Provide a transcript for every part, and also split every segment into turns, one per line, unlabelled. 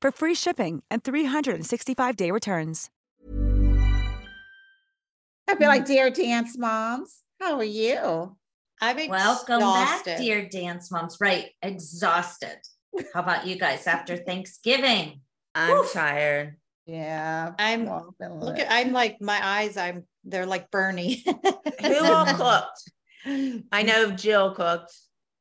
for free shipping and 365-day returns.
I feel like Dear Dance Moms. How are you?
I'm
Welcome back,
exhausted.
dear dance moms. Right, exhausted. How about you guys after Thanksgiving?
I'm tired.
Yeah.
I'm-
well, I'm feeling
Look
it.
at I'm like my eyes, I'm they're like Bernie.
Who
I,
all
all cooked? I know Jill cooked.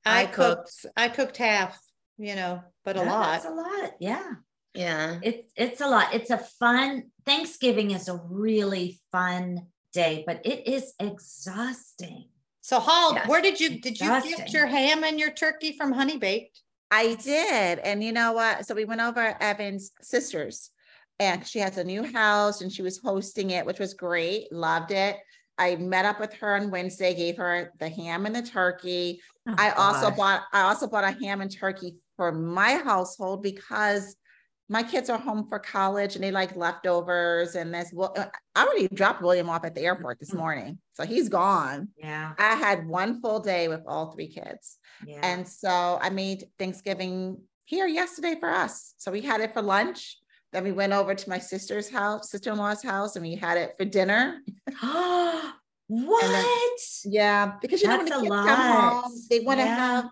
I cooked.
cooked I cooked half, you know, but a
Yeah,
lot.
That's a lot. Yeah,
Yeah.
it's it's a lot. It's a fun Thanksgiving is a really fun day, but it is exhausting.
so Hall,
Yes.
where did you did you
Exhausting.
get your ham and your turkey from Honey Baked?
I did. And you know what? So we went over Evan's sisters and she has a new house and she was hosting it, which was great. Loved it. I met up with her on Wednesday, gave her the ham and the turkey.
Oh,
I also
gosh.
bought I also bought a ham and turkey for my household because my kids are home for college and they like leftovers and this well uh, I already dropped William off at the airport
Mm-hmm.
this morning. So he's gone.
Yeah,
I had one full day with all three kids.
yeah.
And so I made Thanksgiving here yesterday for us. So we had it for lunch. Then we went over to my sister's house, sister in law's house, and we had it for dinner.
what?
Yeah, because you know when the
That's
kids
a
come
lot.
home, they want to
Yeah.
have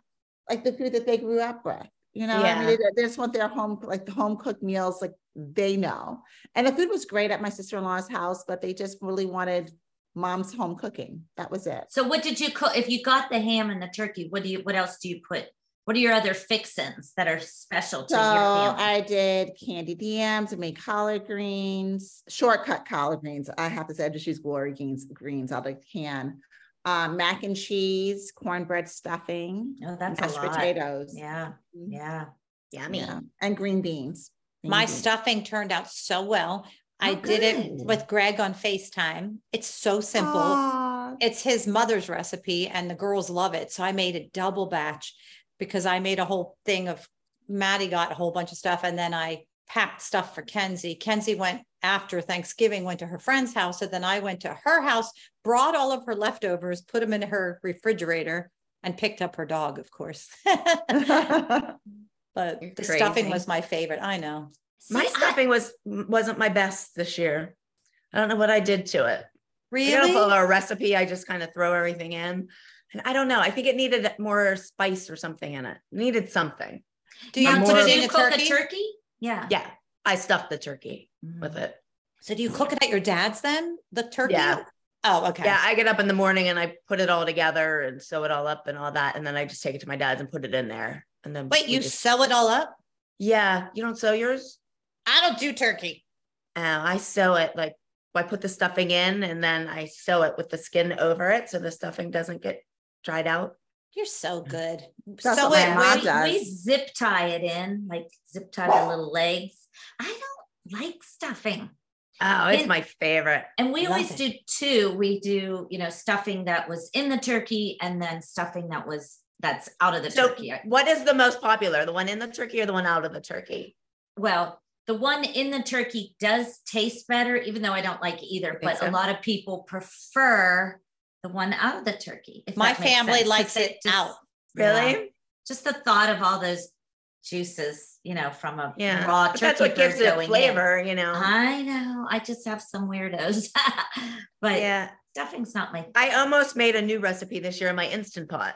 like the food that they grew up with. You know, I mean,
Yeah.
they, they just want their home like the home cooked meals, like they know. And the food was great at my sister in law's house, but they just really wanted mom's home cooking. That was it.
So what did you cook? If you got the ham and the turkey, what do you what else do you put? What are your other fixins that are special to
So
your family?
Oh, I did candy DMs, I made collard greens, shortcut collard greens. I have to say, I just use glory greens, greens out of the can. Uh, mac and cheese, cornbread stuffing,
oh, that's
mashed
a lot.
potatoes.
Yeah, yeah.
Yummy.
Yeah, And green beans. Green
My
beans.
stuffing turned out so well. I
Oh,
did it
good.
with Greg on FaceTime. It's so simple.
Aw,
it's his mother's recipe and the girls love it so i made a double batch because i made a whole thing of maddie got a whole bunch of stuff and then i packed stuff for kenzie kenzie went after thanksgiving went to her friend's house so then i went to her house brought all of her leftovers put them in her refrigerator and picked up her dog of course but
You're
the stuffing
crazy.
was my favorite i know
my
See, I-
stuffing was wasn't my best this year. I don't know what I did to it. I don't
really
follow a recipe. I just kind of throw everything in. And I don't know. I think it needed more spice or something in it. Needed something.
do you
I'm
put
more-
it
do
in
you
a
cook
turkey?
a turkey? Yeah.
Yeah. I stuffed the turkey with it.
so do you cook it at your dad's then the turkey
Yeah.
oh okay
Yeah. I get up in the morning and I put it all together and sew it all up and all that. And then I just take it to my dad's and put it in there. And then
wait
we
you
just-
sew it all up
Yeah. You don't sew yours?
I don't do turkey.
Uh, I sew it like I put the stuffing in and then I sew it with the skin over it so the stuffing doesn't get dried out.
You're
Mm.
so good.
That's
so
what my
it,
mom
wait,
does.
We, we zip tie it in, like zip tie the little legs. I don't like stuffing.
Oh, it's
And-
my favorite.
And we
Love
always
it.
do two. We do, you know, stuffing that was in the turkey and then stuffing that was that's out of the
So
turkey.
what is the most popular? The one in the turkey or the one out of the turkey?
Well, The one in the turkey does taste better, even though I don't like either.
think
But a
so.
lot of people prefer the one out of the turkey. if
My
that makes
family
sense, 'cause
likes it
just-
out.
Yeah.
Really?
Just the thought of all those juices, you know, from a
Yeah.
raw
But
turkey.
that's what gives
bird
it
going Uh-huh. in.
flavor, you know.
I know. I just have some weirdos, but
yeah.
stuffing's not my.
I almost made a new recipe this year in my instant pot.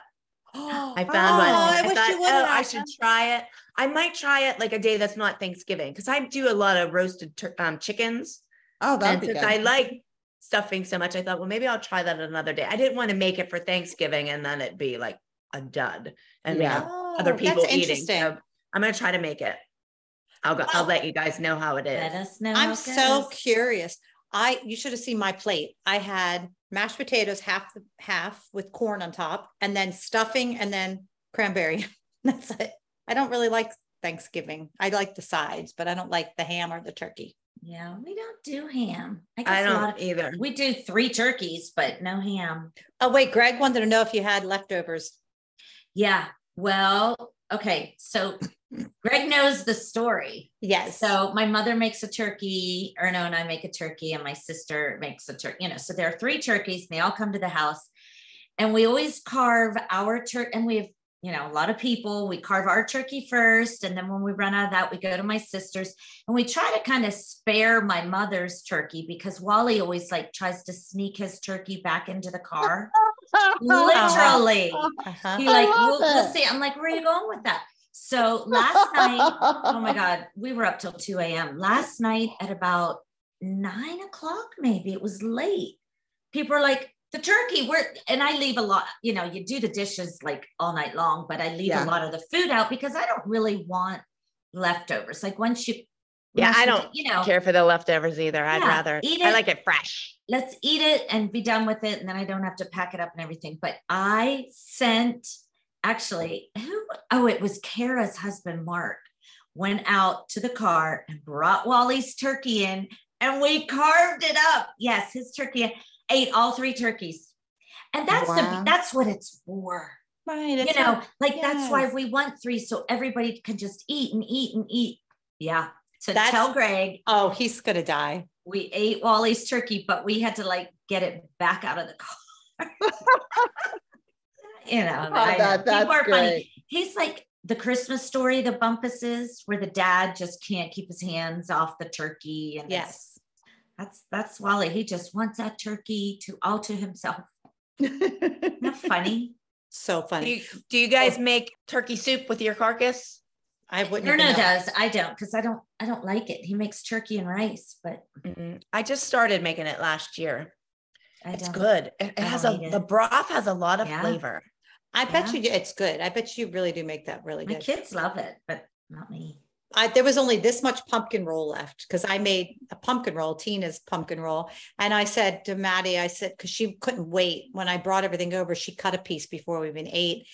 I
I
found one.
Oh, I wish you
thought,
would,
oh, I
Asha."
should try it. I might try it like a day that's not Thanksgiving because I do a lot of roasted tur- um, chickens.
Oh, that'd
and
be
since
good.
I like stuffing so much, I thought, well, maybe I'll try that another day. I didn't want to make it for Thanksgiving and then it'd be like a dud and we
Yeah.
have other people
that's
eating.
Interesting.
So I'm gonna try to make it. I'll go, I'll
Wow.
let you guys know how it
Let
is.
us know. how
I'm
it
so
goes.
curious. I you should have seen my plate. I had mashed potatoes half the half with corn on top, and then stuffing, and then cranberry. That's it. I don't really like Thanksgiving. I like the sides, but I don't like the ham or the turkey.
Yeah, we don't do ham. I guess
I
a lot
don't
of
either.
we do three turkeys, but no ham.
Oh wait, Greg wanted to know if you had leftovers.
Yeah. Well, okay. So Greg knows the story.
Yes.
So my mother makes a turkey, Erno and I make a turkey, and my sister makes a turkey. You know, so there are three turkeys, and they all come to the house, and we always carve our turkey. And we have, you know, a lot of people. We carve our turkey first, and then when we run out of that, we go to my sister's, and we try to kind of spare my mother's turkey because Wally always like tries to sneak his turkey back into the car.
Oh,
Literally,
Uh-huh.
he
I
like
love
we'll, we'll
it.
see. I'm like, where are you going with that? So last night oh my god we were up till 2 a.m last night at about nine o'clock maybe it was late people are like the turkey we're and i leave a lot you know you do the dishes like all night long but i leave
Yeah.
a lot of the food out because i don't really want leftovers like once you
Yeah,
once
I
you-
don't
you know
Care for the leftovers either. I'd
Yeah,
rather
eat
I
it.
like it fresh.
let's eat it and be done with it and then i don't have to pack it up and everything but i sent actually who oh it was kara's husband mark went out to the car and brought wally's turkey in and we carved it up yes his turkey ate all three turkeys and that's
Wow.
the that's what it's for
right.
you
it's
know
not-
like that's why
yes.
we want three so everybody can just eat and eat and eat yeah so
That's-
tell greg
oh, he's gonna die.
we ate Wally's turkey, but we had to like get it back out of the car. you know,
Oh,
I know.
that-
People
that's
are funny.
great.
He's like the Christmas story, the Bumpuses, where the dad just can't keep his hands off the turkey. And it's-
Yes.
that's that's Wally. He just wants that turkey to all to himself. Isn't that funny?
So
Do
funny.
you, do you guys make turkey soup with your carcass?
I wouldn't. even
Bruno
know.
does. I don't because I don't I don't like it. He makes turkey and rice, but
Mm-mm. I just started making it last year.
I
It's
don't.
good. It, it
I
has
don't
a
eat
the
it.
broth has a lot of
Yeah.
flavor.
I bet
Yeah.
you do- it's good. I bet you really do make that really
My
good.
kids love it, but not me.
I, there was only this much pumpkin roll left because I made a pumpkin roll, Tina's pumpkin roll. And I said to Maddie, I said, because she couldn't wait. When I brought everything over, she cut a piece before we even ate.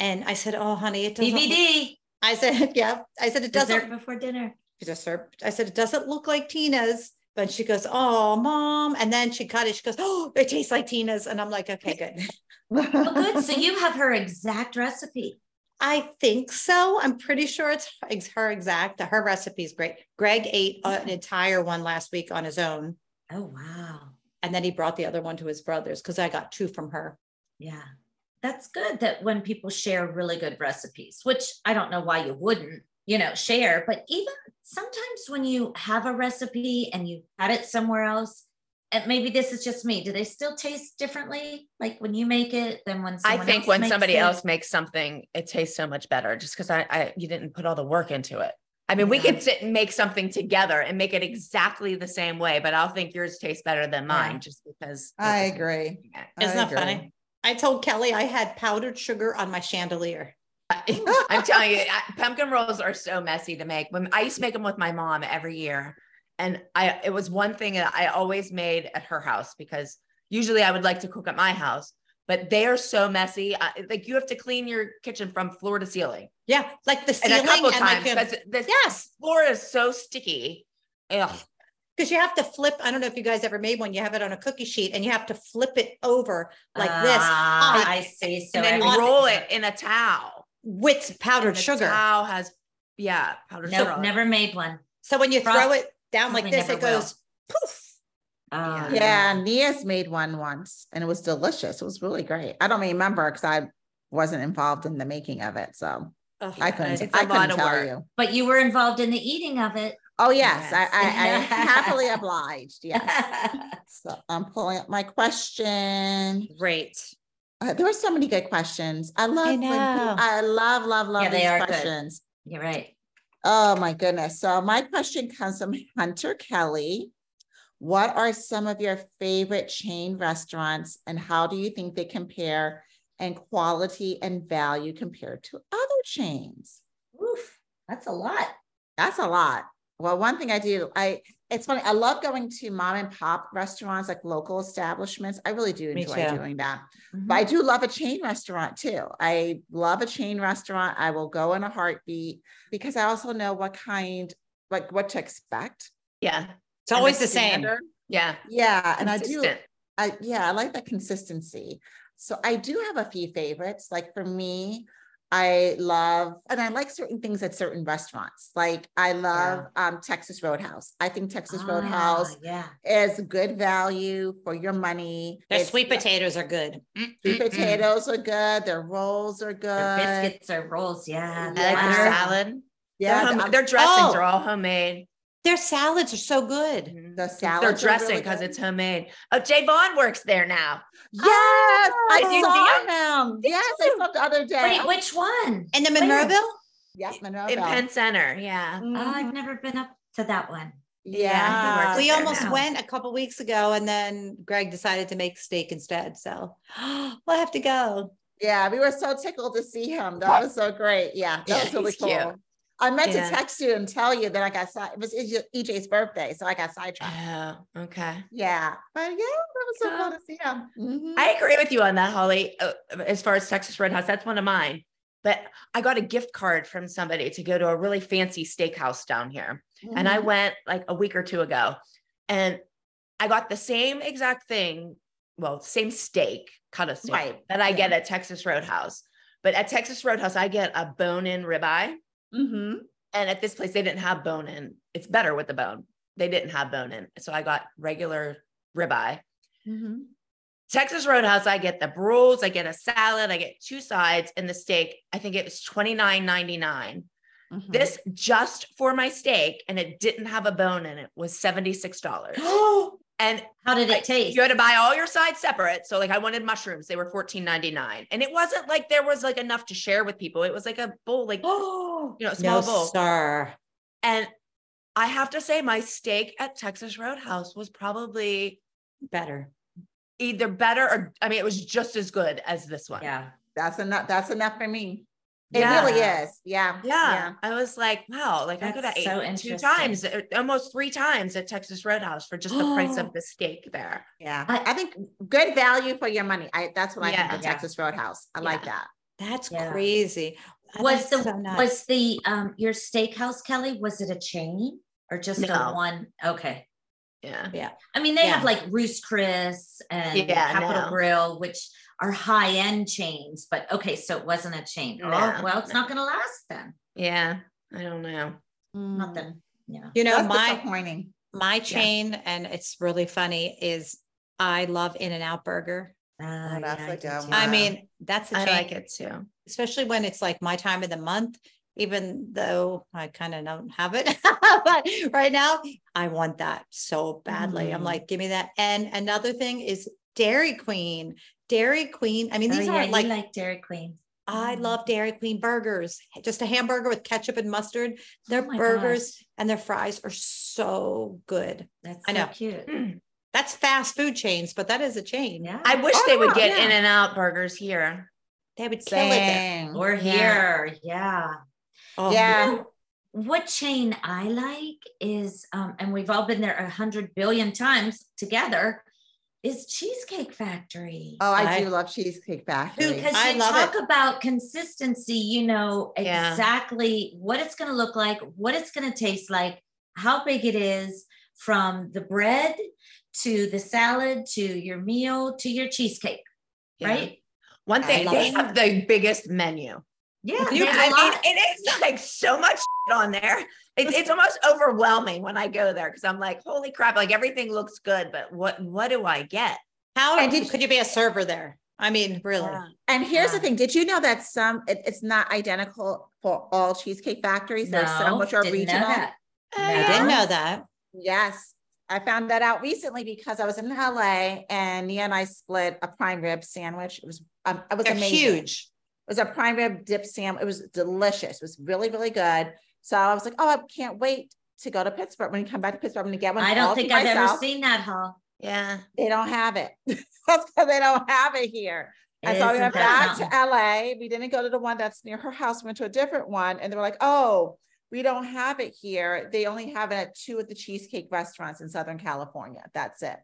And I said, Oh, honey, it doesn't. look-"
DVD
I said, Yeah. I said, It doesn't.
dessert before dinner.
Dessert. I said, It doesn't look like Tina's. But she goes, Oh, mom. And then she cut it. She goes, Oh, it tastes like Tina's. And I'm like, Okay, good.
Oh, good. So you have her exact recipe.
I think so. I'm pretty sure it's it's her exact. Her recipe is great. Greg ate uh, an entire one last week on his own,
Oh, wow.
and then he brought the other one to his brothers because I got two from her.
Yeah. That's good that when people share really good recipes, which I don't know why you wouldn't, you know, share, but even sometimes when you have a recipe and you had it somewhere else, and maybe this is just me, do they still taste differently? Like when you make it than when someone
I think
else
when
makes
somebody
it?
else makes something, it tastes so much better just because I, I you didn't put all the work into it. I mean, we
Yeah.
could sit and make something together and make it exactly the same way, but I'll think yours tastes better than mine
Yeah.
just because
I agree.
Isn't
I
that funny? I told Kelly I had powdered sugar on my chandelier.
I'm telling you, I- pumpkin rolls are so messy to make. When I used to make them with my mom every year, and I it was one thing that I always made at her house because usually I would like to cook at my house, but they are so messy. I, like you have to clean your kitchen from floor to ceiling.
Yeah, like the
and
ceiling
a couple
and
times
like
because the
yes,
floor is so sticky. Ugh.
because you have to flip. I don't know if you guys ever made one. You have it on a cookie sheet, and you have to flip it over like this
Ah,
high,
I see. So
and then
everything-
roll it in a towel.
with
And
powdered
the
sugar.
Towel has yeah powdered sugar.
Nope,
on it.
never made one.
So when you throw
Prob-
it down like
probably
this, it
never will.
goes poof.
Oh,
Yeah, Nia's made one once and it was delicious. It was really great. I don't remember because I wasn't involved in the making of it. So
Ugh,
I couldn't,
it's a
I couldn't
lot of
tell
work.
you.
But you were involved in the eating of it.
Oh, yes.
Yes.
I, I, I happily obliged. Yes. So I'm pulling up my question.
Great.
Uh, there were so many good questions. I love, when people-
know.
I love, love, love
Yeah, they
these
are good.
questions.
You're right.
Oh my goodness. So my question comes from Hunter Kelly. What are some of your favorite chain restaurants and how do you think they compare in quality and value compared to other chains?
Oof, that's a lot.
That's a lot. Well, one thing I do, I it's funny. I love going to mom and pop restaurants, like local establishments. I really do
Me
enjoy
too.
doing that.
Mm-hmm.
But I do love a chain restaurant too. I love a chain restaurant. I will go in a heartbeat because I also know what kind, like what to expect.
Yeah.
It's always the, same.
standard.
Yeah.
Yeah. And I do,
Consistent.
I, yeah, I like that consistency. So I do have a few favorites. Like for me, I love, and I like certain things at certain restaurants. Like I love um, Texas Roadhouse. I think Texas Roadhouse
Ah, Yeah.
is good value for your money.
Their
It's-
sweet potatoes are good. Mm,
Sweet
mm, mm.
potatoes are good. Their rolls are good.
The biscuits are rolls. Yeah.
I like
Yeah.
their
butter.
salad.
Yeah,
their, home-
the,
their dressings
Oh.
are all homemade.
Their salads are so good.
the salad.
Their dressing because it's homemade. Oh, Jay Vaughn works there now.
yes. I
did you
saw him. Yes, I
you?
saw him the other day.
Wait, which one?
And the
Wait a minute.
Monroeville?
yes,
in
Minerva.
Penn Center.
Ah,
Yeah.
Oh, I've never been up to that one.
Yeah, he
yeah,
works
We
there
almost
now.
went a couple weeks ago and then Greg decided to make steak instead. So we'll have to go.
yeah. We were so tickled to see him. That was so great. Yeah, that
Yeah,
was really
he's
cool.
cute.
I meant
Yeah.
to text you and tell you that I got side. It was E EJ's birthday, so I got sidetracked.
Oh, okay.
Yeah, but yeah, that was so cool to see him. Mhm.
I agree with you on that, Holly. uh, As far as Texas Roadhouse, that's one of mine. But I got a gift card from somebody to go to a really fancy steakhouse down here. And I
Mhm.
went like a week or two ago and I got the same exact thing. Well, same steak, cut of steak
Right,
that I
yeah.
get at Texas Roadhouse. But at Texas Roadhouse, I get a bone in ribeye. Mm-hmm.
Mhm.
And at this place, they didn't have bone in. It's better with the bone. They didn't have bone in. So I got regular ribeye.
Mhm.
Texas Roadhouse, I get the rolls, I get a salad, I get two sides and the steak. I think it was $29.99.
Mhm.
This just for my steak, and it didn't have a bone in it, was $76.
Oh,
and
How did it taste?
you had to buy all your sides separate. So, like, I wanted mushrooms, they were $14.99. And it wasn't like there was like enough to share with people. It was like a bowl, like,
Oh,
you know, a small bowl.
sir.
And I have to say, my steak at Texas Roadhouse was probably
Better.
either better or, I mean, it was just as good as this one.
yeah.
that's enough. That's enough for me. It
Yeah.
really is. Yeah.
Yeah. I was like, wow, like I could have
That's
ate
so
two
interesting.
times, or almost three times at Texas Roadhouse for just the price of the steak there.
Yeah. I,
I-
I think good value for your money. I that's what I think
Yeah.
of Texas Roadhouse. I like that.
That's
Yeah.
crazy. Oh, that's
Was the
so nuts.
was the um your steakhouse, Kelly? Was it a chain or just
No.
a one? Okay.
Yeah.
I mean, they
Yeah.
have like Roost Chris and
Yeah,
Capital
no.
Grill, which are high end chains, but okay, so it wasn't a chain.
No,
oh, well, it's
no.
not going to last then.
Yeah. I don't know.
Not that, you know.
you know,
That's
my
disappointing.
my chain, and it's really funny, is I love In and Out Burger.
Ah,
that's
yeah,
a
I
good
do too.
one.
I
Yeah.
mean, that's a
I
chain.
like it too.
especially when it's like my time of the month, even though I kind of don't have it. but right now, I want that so badly. I'm
Mm-hmm.
Mm.
like, give me that. And another thing is Dairy Queen. Dairy Queen. I mean,
Oh,
these
yeah,
aren't
you
like,
like, Dairy Queen.
I love Dairy Queen burgers, just a hamburger with ketchup and mustard. Their
Oh my
burgers
gosh,
and their fries are so good.
That's
I
so
know.
cute.
Hmm.
That's fast food chains, but that is a chain.
Yeah.
I wish they would
Oh,
get
yeah.
in and out burgers here.
They would kill it there.
Same.
Or
Yeah.
here. Yeah.
Oh,
Yeah.
You know, what chain I like is, um, and we've all been there a hundred billion times together, is Cheesecake Factory.
Oh, I,
I-
do love cheesecake factory.
because
I
you
love
talk about consistency, you know
Yeah.
exactly what it's going to look like, what it's going to taste like, how big it is from the bread to the salad to your meal to your cheesecake,
Yeah.
right?
One
I
thing,
love
they
it.
have the biggest menu.
Yeah,
You-
there's a
I mean,
lot.
it is like so much on there. It, it's almost overwhelming when I go there because I'm like, holy crap! Like everything looks good, but what what do I get?
How
And did-
could you be a server there? I mean, really?
And here's the
Yeah.
thing. Did you know that some, it- it's not identical for all cheesecake factories? There's some which are
didn't know
regional.
that.
I didn't know that.
Yes. I found that out recently because I was in LA and Nia and I split a prime rib sandwich. It was, um, it was
They're
amazing.
huge.
It was a prime rib dip sandwich. It was delicious. It was really, really good. So I was like, oh, I can't wait to go to Pittsburgh. When you come back to Pittsburgh, I'm going to get one.
I
all
don't
to
think I've ever
myself.
seen that, huh?
Yeah,
They don't have it. That's because they don't have it here. And so we
Isn't
went
that
back to
something?
LA. We didn't go to the one that's near her house. We went to a different one. And they were like, oh, we don't have it here. They only have it at two of the cheesecake restaurants in Southern California. That's it.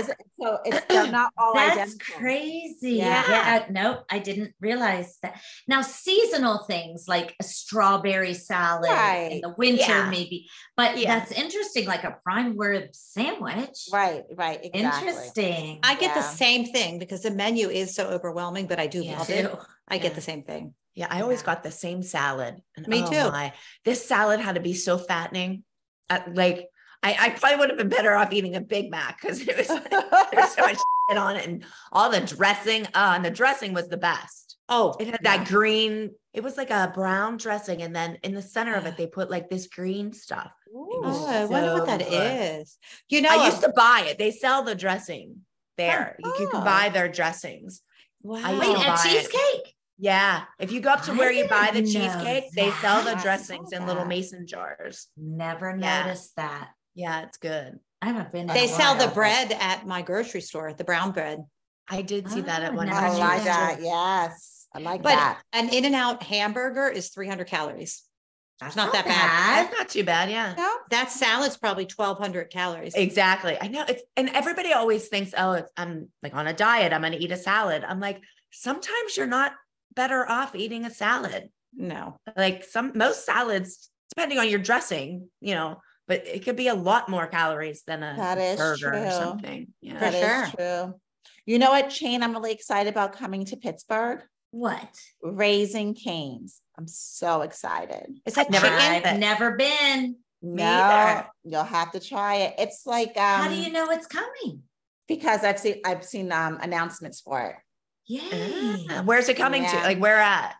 Is it- so it's they're not all
That's
identical.
crazy.
Yeah.
Yeah. Nope. I didn't realize that. Now, seasonal things like a strawberry salad
Right.
in the winter,
Yeah.
maybe. But
Yeah.
that's interesting, like a prime rib sandwich.
Right, right. Exactly.
Interesting.
I get the
Yeah.
same thing because the menu is so overwhelming, but I do
Yeah.
love
too.
it. I get
Yeah.
the same thing.
yeah. I always
Yeah.
got the same salad. And
Me
oh
too.
my, this salad had to be so fattening. Uh, like I, I probably would have been better off eating a Big Mac because it was there's so much shit on it and all the dressing. Uh, and the dressing was the best.
Oh,
It had that green. It was like a brown dressing, and then in the center of it, they put like this green stuff. was
oh, I wonder what
so
that is.
good.
You know,
I used to buy it. They sell the dressing there. You
Oh.
can buy their dressings.
wow.
I
Wait,
Oh,
a
buy it.
cheesecake.
Yeah. If you go up to
I
where you buy the
didn't know
cheesecake, they sell the
that.
dressings in little
Yeah.
mason jars.
Never
Yeah.
noticed that.
Yeah, it's good.
I haven't been. in
they
a
sell the
while.
bread at my grocery store, the brown bread.
I did see that at
Oh,
one.
Oh,
nice.
I
grocery
like
store.
that. Yes. I like
But
that.
an In and Out hamburger is 300 calories.
That's
not that bad.
That's not too bad. Yeah.
No?
That salad's probably 1,200 calories.
Exactly. I know. It's and everybody always thinks, oh, it's, I'm like on a diet. I'm going to eat a salad. I'm like, sometimes you're not better off eating a salad.
No.
Like some most salads, depending on your dressing, you know, but it could be a lot more calories than a
That is
burger
true.
or something. Yeah.
That is
sure.
true. You know what chain I'm really excited about coming to Pittsburgh?
What?
Raising Canes. I'm so excited.
Is that
Never
chicken?
had
I've never been.
No,
either.
you'll have to try it. It's like um
How do you know it's coming?
because I've seen I've seen um announcements for it.
Yay.
Ah, Where's it coming to?
Yeah.
Like where at?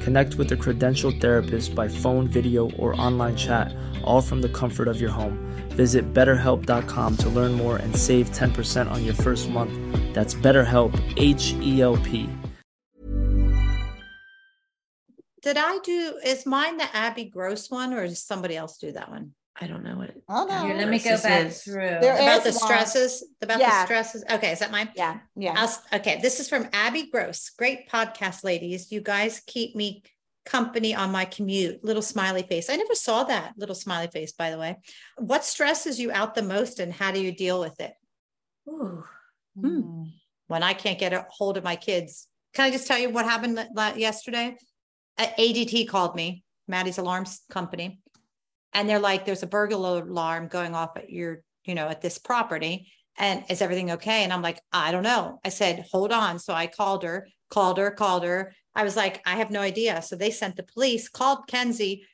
Connect with a credentialed therapist by phone, video, or online chat, all from the comfort of your home. Visit betterhelp.com to learn more and save 10% on your first month. That's BetterHelp, H E L P.
Did I do is mine the Abby Gross one or does somebody else do that one?
I don't know what it
Oh no.
Here, let me go
This
back
is-
through.
There
About
is
the
one.
stresses. About
Yeah.
the stresses. Okay, is that mine?
Yeah. Yeah.
I'll, okay, this is from Abby Gross. Great podcast, ladies. You guys keep me company on my commute. Little smiley face. I never saw that little smiley face, by the way. What stresses you out the most and how do you deal with it?
Ooh.
Hmm.
When I can't get a hold of my kids. Can I just tell you what happened la- la- yesterday? Uh, ADT called me, Maddie's alarms company, and they're like, there's a burglar alarm going off at your, you know, at this property. And is everything okay? And I'm like, I don't know. I said, hold on. So I called her, called her, called her. I was like, I have no idea. So they sent the police, called Kenzie.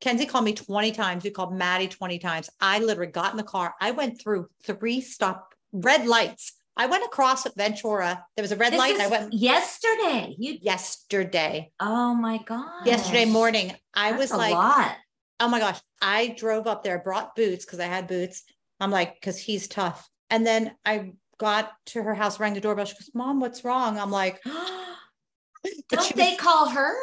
Kenzie called me 20 times. You called Maddie 20 times. I literally got in the car. I went through three stop red lights. I went across Ventura. There was a red
This
light.
is
I went
yesterday. You
yesterday.
oh my god.
Yesterday morning, I was
a
like,
lot.
oh my gosh, I drove up there, brought boots because I had boots. I'm like, because he's tough. And then I got to her house, rang the doorbell. She goes, Mom, what's wrong? I'm like, but she
Don't
was-
they call her?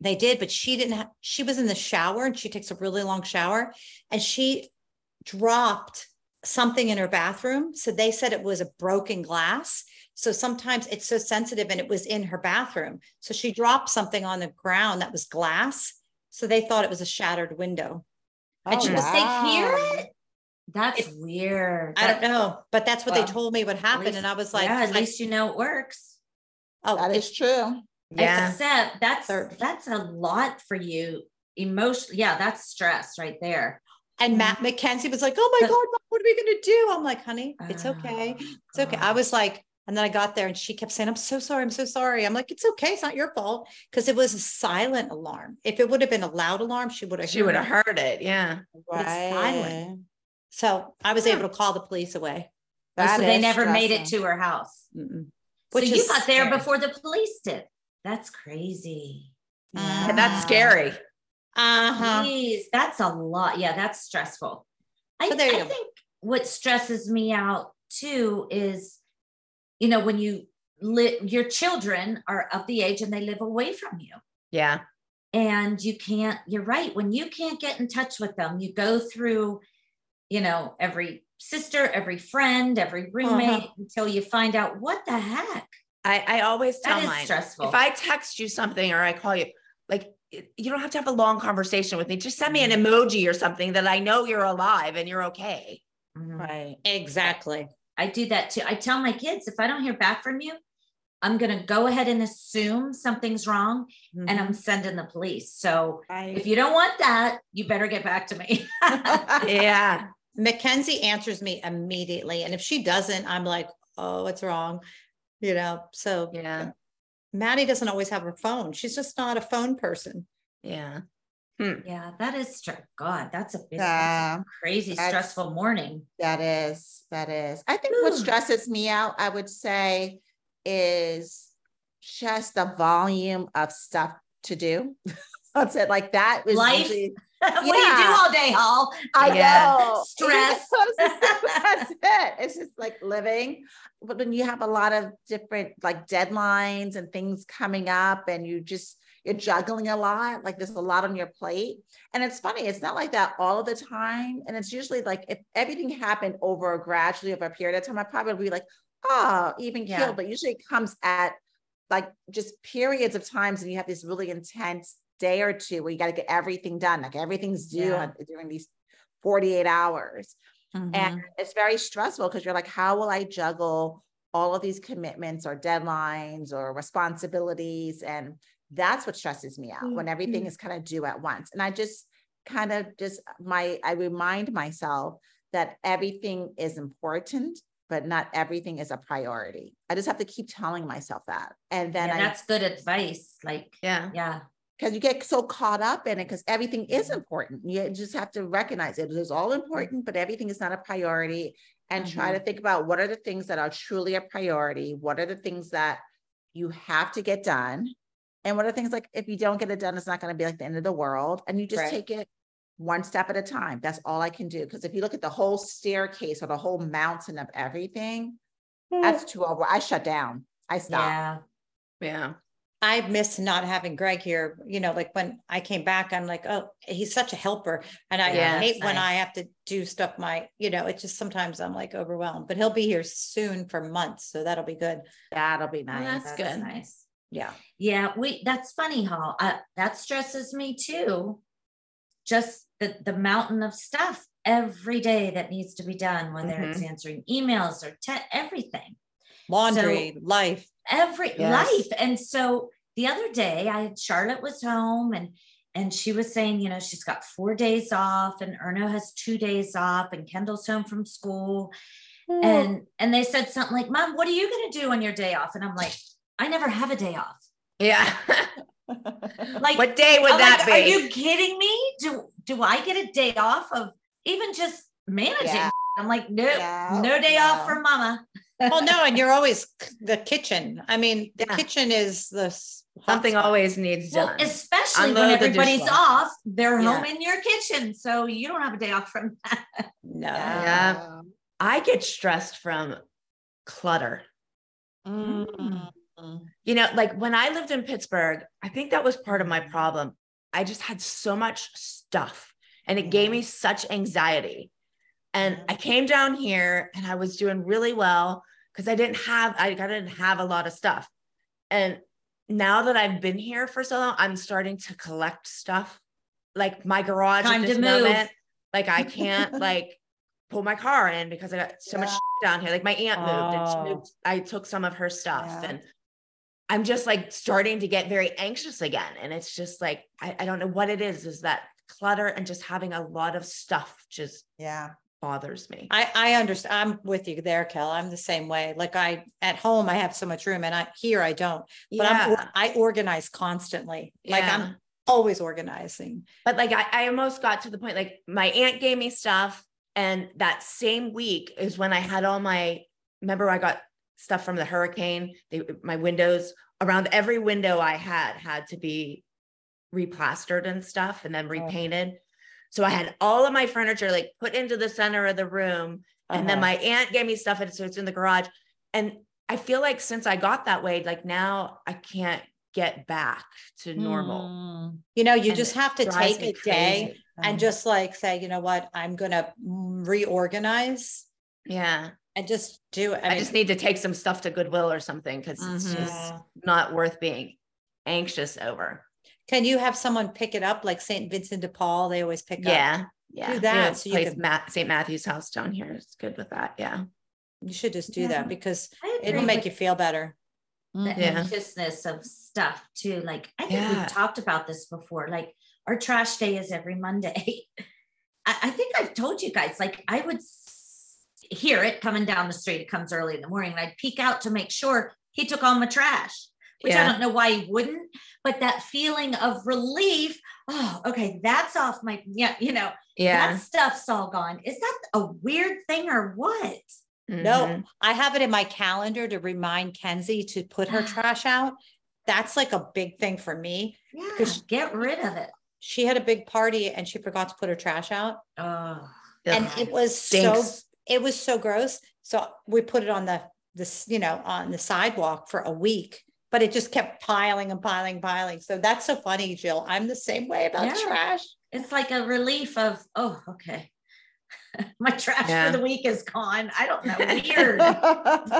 they did, but she didn't. Ha- she was in the shower and she takes a really long shower and she dropped something in her bathroom. So they said it was a broken glass. So sometimes it's so sensitive and it was in her bathroom. So she dropped something on the ground that was glass. So they thought it was a shattered window.
And
Oh,
she was they hear
wow.
it? That's weird.
I don't
That-
know, but that's what
Well,
they told me what
at
happened.
least-
and I was like,
yeah, at
I-
least you know it works.
oh,
That
it's-
is true.
Yeah.
Except that's
Third.
that's a lot for you emotionally. Yeah, that's stress right there.
and Matt McKenzie was like, oh my
The-
God, Mom, what are we going to do? I'm like, honey, it's
Oh,
okay. It's okay. I
God.
was like, and then I got there and she kept saying, I'm so sorry. I'm so sorry. I'm like, it's okay. It's not your fault. Cause it was a silent alarm. If it would have been a loud alarm, she would have,
She would have heard it. Yeah.
But it's silent.
Right.
So I was able to call the police away.
Oh,
That
so they
is
never made it
stressful.
to her house.
Mm-mm.
so
Which
you
is
got there
scary.
before the police did. That's crazy.
Yeah.
And that's scary.
Mm-hmm. Uh-huh.
Jeez, that's a lot. Yeah, that's stressful. I,
So there you
I
go.
think what stresses me out too is, you know, when you live, your children are of the age and they live away from you.
Yeah.
and you can't you're right when you can't get in touch with them you go through you know every sister every friend every roommate
Uh-huh.
until you find out what the heck
I, I always
That
tell
is
mine,
stressful.
If I text you something or I call you, like it- you don't have to have a long conversation with me. Just send me an
Mm-hmm.
emoji or something that I know you're alive and you're okay.
Mhm.
Right.
Exactly.
I do that too. I tell my kids if I don't hear back from you, I'm going to go ahead and assume something's wrong and
Mm-hmm.
I'm sending the police. So if you don't want that, you better get back to me.
yeah.
Mackenzie answers me immediately. And if she doesn't, I'm like, oh, what's wrong? You know, so
Yeah.
Maddie doesn't always have her phone. She's just not a phone person.
Yeah.
yeah, that is str- God, that's a, it's- that's
Yeah.
a crazy
That's-
stressful morning.
That is, that is. I think what
Whew.
stresses me out, I would say, is just the volume of stuff to do. That's it. Like that is
Life.
usually-
what do you do
Yeah.
all day, Hall?
I
Yeah.
know
Stress.
That's it. It's just like living, but when you have a lot of different like deadlines and things coming up, and you just you're juggling a lot. Like there's a lot on your plate, and it's funny. It's not like that all the time, and it's usually like if everything happened over gradually over a period of time, I probably would be like, oh, even
Yeah.
killed. But usually it comes at like just periods of times and you have this really intense day or two where you got to get everything done like everything's due
Yeah.
on- during these 48 hours and it's very stressful because you're like how will i juggle all of these commitments or deadlines or responsibilities and that's what stresses me out when
Mm-hmm.
everything is kind of due at once and i just kind of just my i remind myself that everything is important but not everything is a priority i just have to keep telling myself that and then
yeah,
i
that's good advice. Like,
Yeah.
yeah,
because you get so caught up in it because everything is important. You just have to recognize it. It's all important, but everything is not a priority. And try to think about what are the things that are truly a priority? What are the things that you have to get done? And what are things like if you don't get it done, it's not going to be like the end of the world. And you just
Right.
take it one step at a time. That's all I can do. Because if you look at the whole staircase or the whole mountain of everything, that's too over. I shut down. I stop.
yeah.
Yeah.
I miss not having Greg here. You know, like when I came back, I'm like, oh, he's such a helper. And I
Yeah,
hate
that's
when
nice.
I have to do stuff my, you know, it's just sometimes I'm like overwhelmed, but he'll be here soon for months. So that'll be good.
That'll be nice.
that's good.
Nice.
Yeah.
Yeah, we that's funny, Hall. Uh, that stresses me too. Just the the mountain of stuff every day that needs to be done, whether it's
Mm-hmm.
answering emails or te- everything,
Laundry, life.
every
Yes.
life. And so the other day, I had Charlotte was home and and she was saying, you know, she's got four days off, and Erno has two days off, and Kendall's home from school,
Mm.
and and they said something like, "Mom, what are you going to do on your day off?" And I'm like, "I never have a day off."
Yeah.
Like
what day would
I'm
that
like,
be?
Are you kidding me? Do do I get a day off of even just managing?
Yeah.
I'm like, no,
No,
no day off
no.
for mama.
well, no, and you're always c- the kitchen. I mean, the
Yeah.
kitchen is the s- hot
something
spot.
always needs
Well,
done.
especially when
Unload the
everybody's
dishwasher.
off, they're
Yeah.
home in your kitchen, so you don't have a day off from that.
No.
Yeah. I get stressed from clutter.
Mm.
You know, like when I lived in Pittsburgh, I think that was part of my problem. I just had so much stuff and it gave me
Mm-hmm.
such anxiety. And I came down here and I was doing really well because I didn't have I, I didn't have a lot of stuff. And now that I've been here for so long, I'm starting to collect stuff. Like my garage
Time
at
to
this
move.
moment, like I can't like pull my car in because I got so much down here. Like my aunt moved and she
Oh.
moved, I took some of her stuff
Yeah.
and I'm just like starting to get very anxious again. And it's just like, I, I don't know what it is, is that clutter and just having a lot of stuff just
Yeah.
bothers me.
I, I understand. I'm with you there, Kel. I'm the same way. Like I at home, I have so much room, and I here I don't. But I'm, or- I organize constantly. Like
Yeah.
I'm always organizing.
but like I, I almost got to the point like my aunt gave me stuff and that same week is when i had all my remember i got stuff from the hurricane they, my windows around every window i had had to be replastered and stuff and then repainted so i had all of my furniture like put into the center of the room and then
Uh-huh.
my aunt gave me stuff and so it's in the garage and i feel like since i got that way like now i can't get back to normal.
You know, you
And
just
it
have to
drives
take
me
a day
crazy. Mm-hmm.
and just like say, you know what, I'm gonna reorganize
Yeah.
and just do it.
I, just need to take some stuff to Goodwill or something because it's
Mm-hmm.
just not worth being anxious over.
Can you have someone pick it up like St. Vincent de Paul? They always pick up.
Yeah. Yeah.
Do that
Yeah,
so you
place
can-
Matt, St. Matthew's house down here is good with that. Yeah.
You should just do
Yeah.
that because
I agree
it'll make
with
you feel better.
the
Mm-hmm. Yeah.
anxiousness of stuff too. Like I think
Yeah.
we've talked about this before. Like our trash day is every Monday. I, I think I've told you guys, like I would s- hear it coming down the street. It comes early in the morning. and I'd peek out to make sure he took all my trash, which
Yeah.
I don't know why he wouldn't, but that feeling of relief. Oh, okay, that's off my yeah, you know,
Yeah.
that stuff's all gone. Is that a weird thing or what?
Mm-hmm.
No, I have it in my calendar to remind Kenzie to put her trash out. That's like a big thing for me.
Yeah,
'Cause-
get rid of it.
She had a big party and she forgot to put her trash out.
Oh.
and
Ugh.
it was so
Stinks.
it was so gross. So we put it on the this, you know, on the sidewalk for a week, but it just kept piling and piling, piling. So that's so funny, Jill. I'm the same way about
Yeah.
trash.
it's like a relief of oh okay my trash
Yeah.
for the week is gone i don't know weird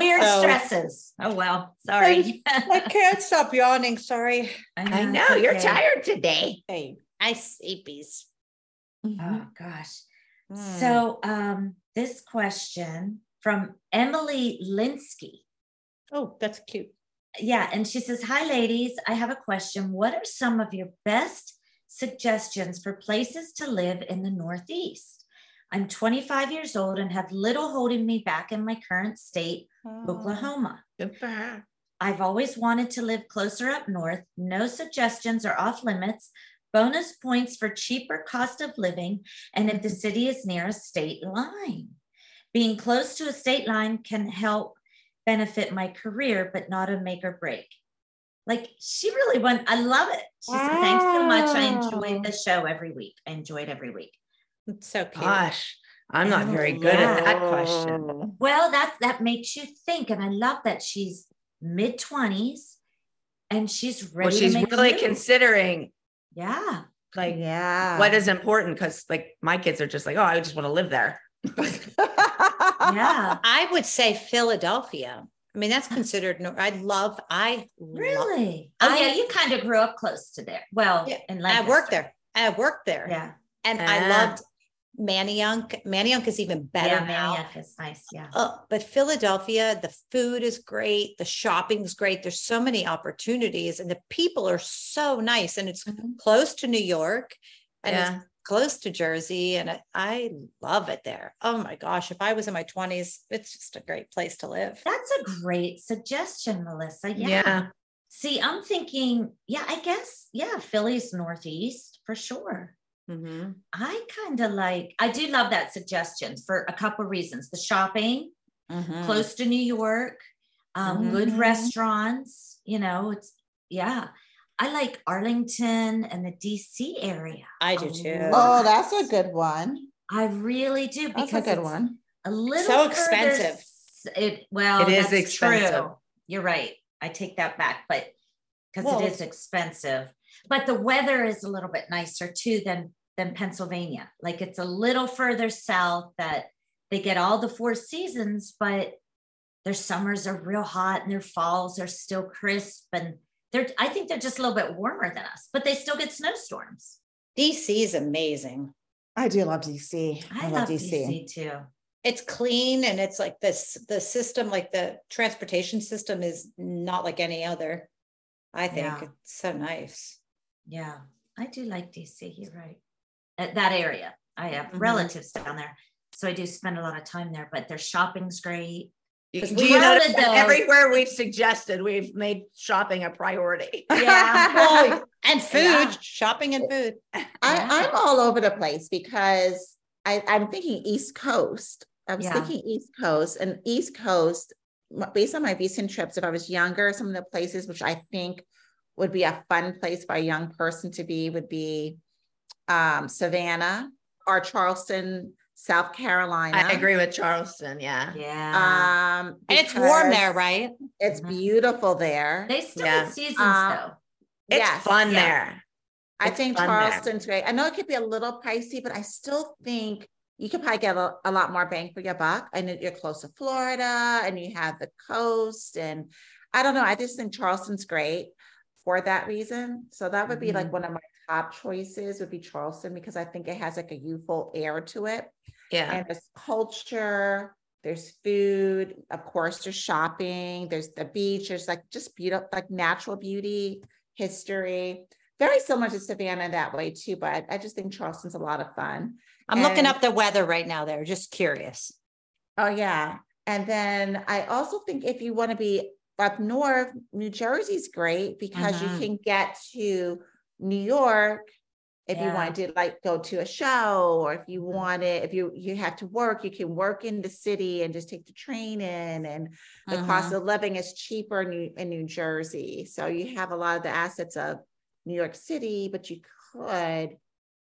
weird
So-
stresses oh well sorry
I can't stop yawning. Sorry.
I know
it's
you're
okay.
tired today.
Hey, I sleepies.
oh gosh
Hmm.
so um this question from emily linsky
oh, that's cute.
yeah and she says hi ladies i have a question what are some of your best suggestions for places to live in the northeast i'm 25 years old and have little holding me back in my current state oklahoma
Good for her.
i've always wanted to live closer up north no suggestions are off limits bonus points for cheaper cost of living and if the city is near a state line being close to a state line can help benefit my career, but not a make or break. Like she really went, I love it. She said, Thanks so much. I enjoyed the show every week. I enjoyed every week.
It's so cute.
Gosh, I'm not
Oh,
very good at that question.
Oh,
Well, that that makes you think. And I love that she's mid-20s and she's ready
Well, she's
to make a
really
move.
considering
yeah.
like
yeah.
what is important because like my kids are just like, oh, I just want to live there.
Yeah.
I would say Philadelphia. I mean, that's considered. No, I love. I lo-
really? Oh,
I-
yeah. You kind of grew up close to there. Well,
Yeah,
in
I
Lancaster.
worked there. I worked there,
Yeah.
and
Ah.
I loved Maniunk. Maniunk is even better
Yeah.
now.
Manioc is nice. Yeah.
Oh, but Philadelphia, the food is great. The shopping's great. There's so many opportunities, and the people are so nice. And it's
Mhm.
close to New York, and
Yeah.
it's close to Jersey, and I, I love it there. Oh my gosh! If I was in my 20s, it's just a great place to live.
That's a great suggestion, Melissa.
Yeah.
yeah. See, I'm thinking, yeah, I guess, yeah, Philly's Northeast for sure.
Mm-hmm.
I kind of like, I do love that suggestion for a couple reasons the shopping,
Mm.
close to New York, um, good
Mhm.
restaurants, you know, it's, yeah. I like Arlington and the DC area.
I do
a
too.
lot.
Oh, that's a good one.
I really do
That's
because
a good
it's
one.
a little
So
further
expensive.
s- It well,
It is
that's
expensive.
True. You're right. I take that back, but because
Well-
it is expensive. But the weather is a little bit nicer too than than Pennsylvania. Like it's a little further south that they get all the four seasons, but their summers are real hot and their falls are still crisp and they're I think they're just a little bit warmer than us, but they still get snowstorms.
DC is amazing.
I do love DC.
I, love DC. too.
It's clean and it's like this the system, like the transportation system is not like any other. I think
Yeah.
it's so nice.
Yeah, I do like DC. You're right. At that area, I have
Mhm.
relatives down there, so I do spend a lot of time there. But their shopping's great.
You,
'Cause
do
we
you know
voted
that
though.
everywhere we've suggested, we've made shopping a priority.
Yeah.
Oh, and food,
Yeah.
shopping and food.
Yeah.
I, I'm all over the place because I, I'm thinking East Coast. I was
Yeah.
thinking East Coast and East Coast, m- based on my recent trips, if I was younger, some of the places which I think would be a fun place for a young person to be would be um, Savannah or Charleston, South Carolina.
I agree with Charleston. Yeah.
Yeah,
Um,
And it's warm
because
there, right?
It's
Mhm.
beautiful there.
Uh,
they still
yeah.
have seasons
uh,
though.
It's
Yes,
fun
yeah.
there.
I
It's
think
fun there.
Charleston's great. I know it could be a little pricey, but I still think you could probably get a, a lot more bang for your buck. And it- you're close to Florida and you have the coast. And I don't know. I just think Charleston's great for that reason. So that would be
Mm-hmm.
like one of my top choices would be Charleston because I think it has like a youthful air to it.
Yeah.
And there's culture, there's food, of course, there's shopping, there's the beach, there's like just beautiful, like natural beauty, history. Very similar to Savannah that way too, but I just think Charleston's a lot of fun.
I'm looking
And-
up the weather right now there, just curious.
Oh yeah. And then I also think if you want to be up north, New Jersey's great because
Mhm.
you can get to New York if you
Yeah.
want to like go to a show or if you want it, if you you have to work, you can work in the city and just take the train in and the
Mm-hmm.
cost of living is cheaper in New, in New Jersey. So you have a lot of the assets of New York City, but you could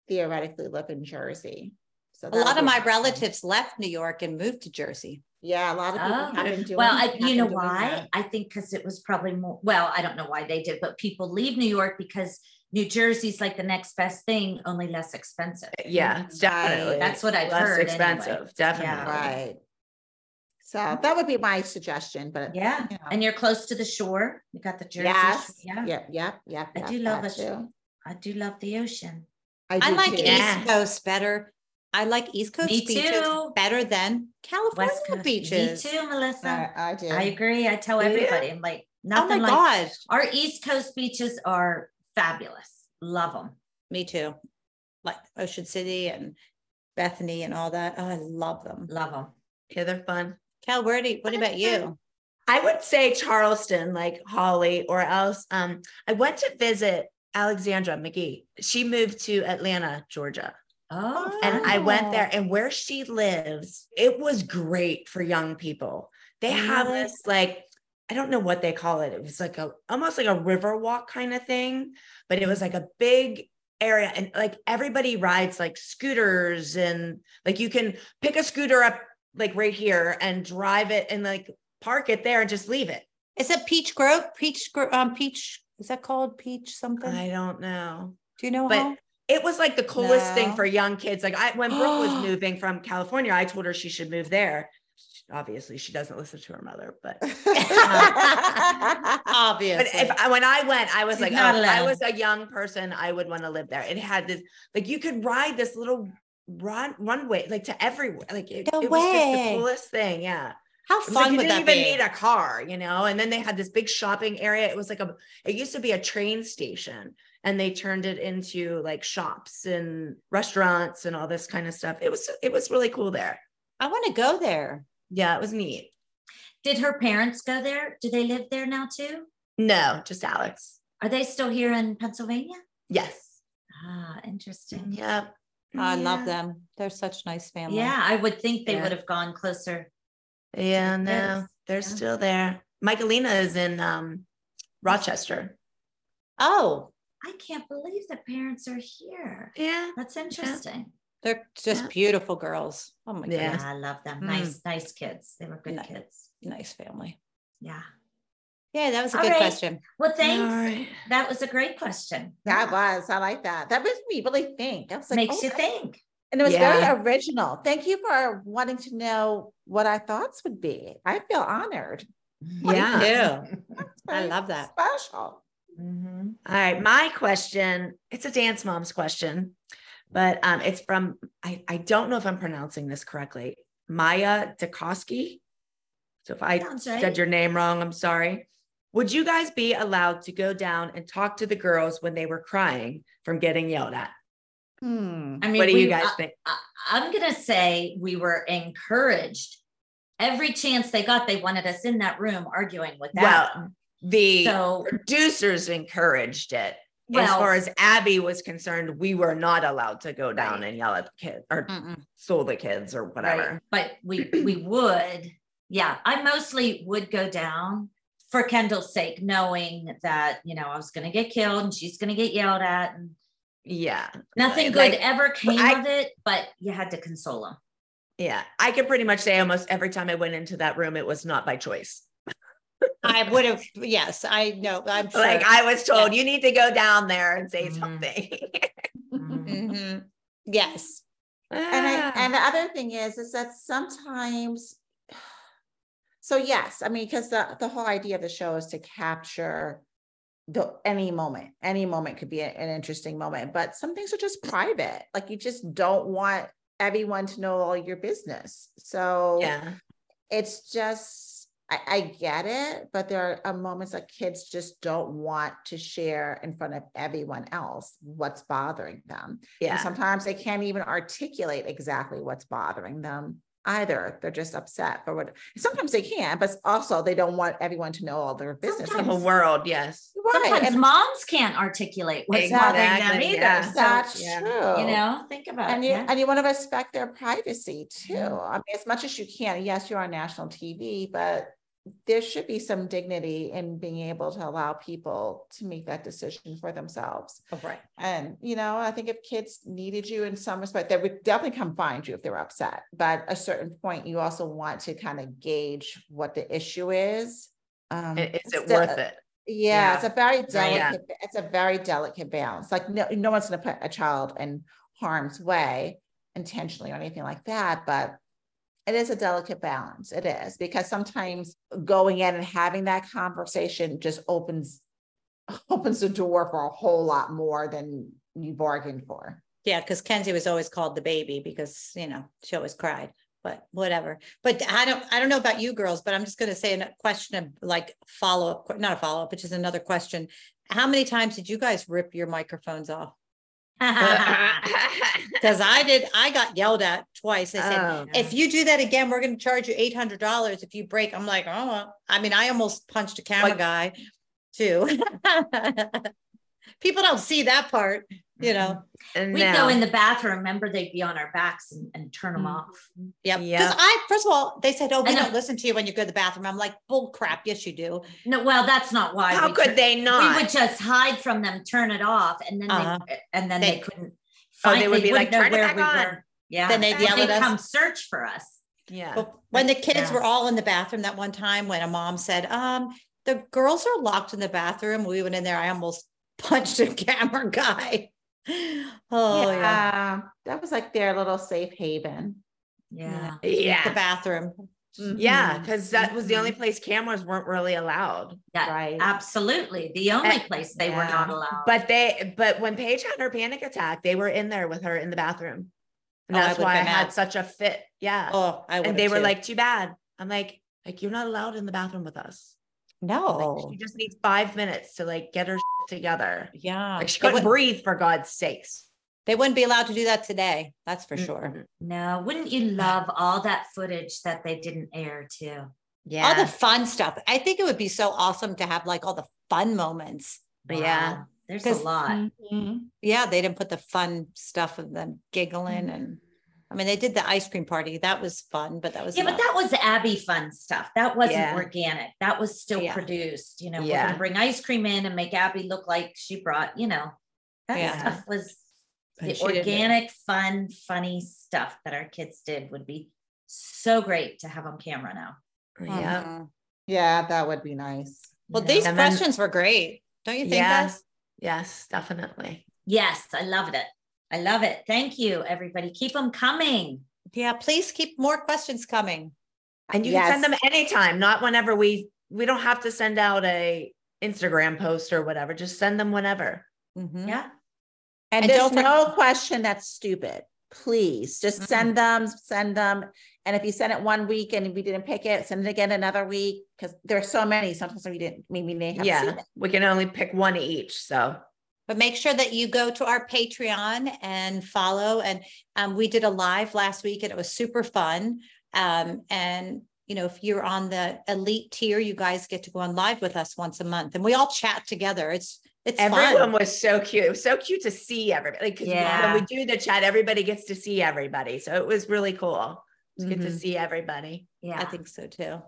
theoretically live in Jersey. So
A lot of my relatives left New York and moved to Jersey.
yeah, a lot of people
Oh.
have been doing.
Well, I,
have
you
been
know
doing
why?
that.
I think because it was probably more. Well, I don't know why they did, but people leave New York because New Jersey's like the next best thing, only less expensive.
Yeah, it's definitely.
That's what I've
less
heard anyway.
expensive, definitely.
Right. So that would be my suggestion, but
Yeah,
you know,
and you're close to the shore. You got the Jersey.
yes,
Shore. Yeah.
yep, yep, yep.
I
yep,
do love
that
it. I do love the ocean.
I
do
like
too.
Yeah.
East Coast better. I like East Coast
Me
beaches
too.
better than California
West Coast
beaches.
Me too, Melissa.
I, I do.
I agree. I tell
Do you?
everybody. I'm like
Oh my
nothing like
God.
our East Coast beaches are fabulous. Love them.
Me too. Like Ocean City and Bethany and all that. Oh, I love them.
Love them.
Yeah, they're fun.
Cal, where do you, what about you?
I would say Charleston, like Holly, or else. Um, I went to visit Alexandra McGee. She moved to Atlanta, Georgia.
Oh,
And I went there,
fabulous.
and where she lives, it was great for young people. They have
Really?
this like I don't know what they call it. It was like a almost like a river walk kind of thing, but it was like a big area and like everybody rides like scooters and like you can pick a scooter up like right here and drive it and like park it there and just leave it.
Is it Peach Grove? Peach, Gro- um, Peach, is that called Peach something?
I don't know.
do you know
but
how?
It was like the coolest thing
No.
for young kids. Like I when Brooke was moving from California, I told her she should move there. Obviously, she doesn't listen to her mother, but
Obviously.
but if I, when I went, I was
She's
like, oh,
not
if I
alone.
was a young person, I would want to live there. It had this like you could ride this little run runway like to everywhere. Like it,
No
it was just
way.
the coolest thing. Yeah.
how
It was like
fun
you
would
didn't
that
even
be?
need a car, you know? And then they had this big shopping area. It was like a it used to be a train station and they turned it into like shops and restaurants and all this kind of stuff. It was it was really cool there.
I want to go there.
Yeah, it was neat.
Did her parents go there? Do they live there now too?
No, just Alex.
Are they still here in Pennsylvania?
Yes.
Ah,
Mm,
interesting.
Yep.
Oh, I love
Yeah.
them. They're such nice family.
Yeah, I would think they
Yeah.
would have gone closer.
Yeah,
the
no,
kids,
they're
yeah.
still there. Michaelina is in um, Rochester.
Oh,
I can't believe the parents are here.
Yeah,
That's interesting.
they're just
Yeah.
beautiful girls. Oh my
Yeah.
Yeah,
goodness.
I love them.
Mm.
Nice, nice kids. They were good
Nice.
kids.
Nice family.
Yeah.
Yeah, that was a
All
good
right.
question.
Well, thanks.
right.
That was a great question.
that was, I like that. That makes me really think. I was like,
Makes
oh,
you
I-
think.
And it was
Yeah.
very original. Thank you for wanting to know what our thoughts would be. I feel honored.
yeah.
Yeah.
That's
I
very
love that.
Special.
Mhm.
All right, my question. It's a dance mom's question, but um, it's from I I don't know if I'm pronouncing this correctly. Maya Dakoski. So if I
Sounds
said
right.
your name wrong, I'm sorry. Would you guys be allowed to go down and talk to the girls when they were crying from getting yelled at?
Hmm.
I mean,
what do
we- uh,
you guys think?
I, I'm going to say we were encouraged. Every chance they got, they wanted us in that room arguing with that.
Well, the
so,
producers encouraged it. as
well,
far as Abby was concerned, we were not allowed to go down
Right.
and yell at the kids or
Mm-mm.
scold the kids or
right,
whatever.
but we we would. Yeah, I mostly would go down for Kendall's sake, knowing that, you know, I was going to get killed and she's going to get yelled at and
Yeah.
nothing good
Like,
ever came
I-
of it, but you had to console them.
Yeah. I can pretty much say almost every time I went into that room, it was not by choice.
I would have, yes, I know. I'm sure. Mm-hmm.
Like I was told, you need to go down there and say something.
Mhm. Yes.
And I, and the other thing is, is that sometimes, so yes, I mean, because the the whole idea of the show is to capture the any moment. Any moment could be a- an interesting moment, but some things are just private. Like you just don't want everyone to know all your business. So
yeah.
it's just I, I get it, but there are uh, moments that kids just don't want to share in front of everyone else what's bothering them. And
Yeah.
sometimes they can't even articulate exactly what's bothering them either. They're just upset for what sometimes they can, but also they don't want everyone to know all their business.
In the world, yes.
Right.
Sometimes
and
moms can't articulate what's bothering them
Exactly,
either.
yeah.
So,
that's
yeah.
true.
you know, think about
And
it.
you,
yeah. Mm-hmm.
and you want to respect their privacy too. I mean, as much as you can. Yes, you're on national TV, but there should be some dignity in being able to allow people to make that decision for themselves.
Oh, right.
And you know, I think if kids needed you in some respect, they would definitely come find you if they were upset. But a certain point, you also want to kind of gauge what the issue is.
Mm-hmm.
Um,
I- Is it
it's de-
worth it?
Yeah,
Yeah.
it's a very
Oh,
delicate.
Yeah.
It's a very delicate balance. Like no, no one's going to put a child in harm's way intentionally or anything like that, but. It is a delicate balance. It is because sometimes going in and having that conversation just opens opens the door for a whole lot more than you bargained for.
Yeah, because Kenzie was always called the baby because you know she always cried. But whatever. But I don't. I don't know about you girls, but I'm just going to say a question of like follow up, not a follow up, but just another question. How many times did you guys rip your microphones off? Because I did. I got yelled at twice. They said,
Oh.
"If you do that again, we're going to charge you eight hundred dollars if you break." I'm like, "Oh, well." I mean, I almost punched a camera
Like-
guy, too. People don't see that part, you know.
And
We'd
now-
go in the bathroom. Remember, they'd be on our backs and, and turn them off.
Yeah. Because
Yep.
I, first of all, they said, oh, we
I know.
don't listen to you when you go to the bathroom. I'm like, bull crap. Yes, you do.
No, well, that's not why.
How
we
could
tur-
they not?
We would just hide from them, turn it off, and then
Uh-huh.
they and then
They-
they, couldn't.
Oh,
Find,
they would be like,
wouldn't know
turn it
where
back
we
on.
were. Yeah.
Then they'd yell at
They'd
us.
come search for us.
yeah.
But when the kids
yeah.
were all in the bathroom that one time, when a mom said, um, the girls are locked in the bathroom, we went in there. I almost punched a camera guy. Oh, yeah.
Uh, that was like their little safe haven.
Yeah.
The Mm-hmm.
yeah.
bathroom.
Yeah. Because that was the only place cameras weren't really allowed.
Yeah.
Right.
Absolutely. The only place they were not
yeah.
allowed.
But they, but when Paige had her panic attack, they were in there with her in the bathroom. And
Oh, I
that's
would've
why I
been
had
out.
such a fit. Yeah.
Oh, I would.
and they were
too.
like, too bad. I'm like, like, you're not allowed in the bathroom with us. Like,
No.
Oh.
she just needs five minutes to like get her shit together.
yeah.
Like she
they,
couldn't
wouldn't,
breathe for God's sakes.
they wouldn't be allowed to do that today. That's for sure.
no, Mm-hmm. wouldn't you love all that footage that they didn't air too?
Yeah.
All the fun stuff. I think it would be so awesome to have like all the fun moments.
Yeah.
Wow, There's a
'Cause-
lot.
yeah, they didn't put the fun stuff of them
Mm-hmm.
giggling and I mean they did the ice cream party. That was fun, but that was
Yeah, but
not-
that was Abby fun stuff. That wasn't
Yeah.
organic. That was still
Yeah.
produced. You know, we're
Yeah.
gonna bring ice cream in and make Abby look like she brought, you know, that
Yeah.
stuff was
she
the
didn't-
organic, fun, funny stuff that our kids did would be so great to have on camera now.
Yeah.
Mhm.
Yeah, that would be nice.
Well,
Yeah.
these
And then-
questions were great. Don't you think
Yeah.
guys?
Yes, definitely.
Yes, I loved it. I love it. Thank you, everybody. Keep them coming.
Yeah, please keep more questions coming.
And you can send them anytime, not whenever we we don't have to send out a Instagram post or whatever. Just send them whenever.
Mhm.
Yeah.
And,
And
there's
don't for-
no question that's stupid. Please just
Mm.
send them, send them. And if you send it one week and we didn't pick it, send it again another week because there are so many. Sometimes we didn't, maybe they haven't seen
Yeah.
it.
We can only pick one each. So
But make sure that you go to our Patreon and follow. And um, we did a live last week and it was super fun. Um, and, you know, if you're on the elite tier, you guys get to go on live with us once a month and we all chat together. It's, it's fun.
everyone was so cute. It was so cute to see everybody. Like 'cause
Yeah.
when we do the chat, everybody gets to see everybody. So it was really cool. It's good to
Mhm.
see everybody.
Yeah.
I think so too.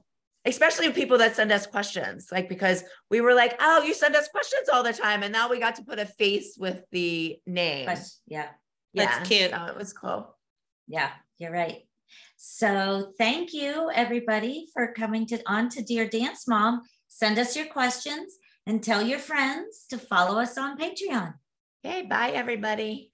especially people that send us questions like because we were like oh you send us questions all the time and now we got to put a face with the name
But- yeah.
That's cute.
so it was cool
Yeah. You're right. So thank you, everybody, for coming to on to Dear Dance Mom. Send us your questions and tell your friends to follow us on Patreon.
Okay, bye everybody.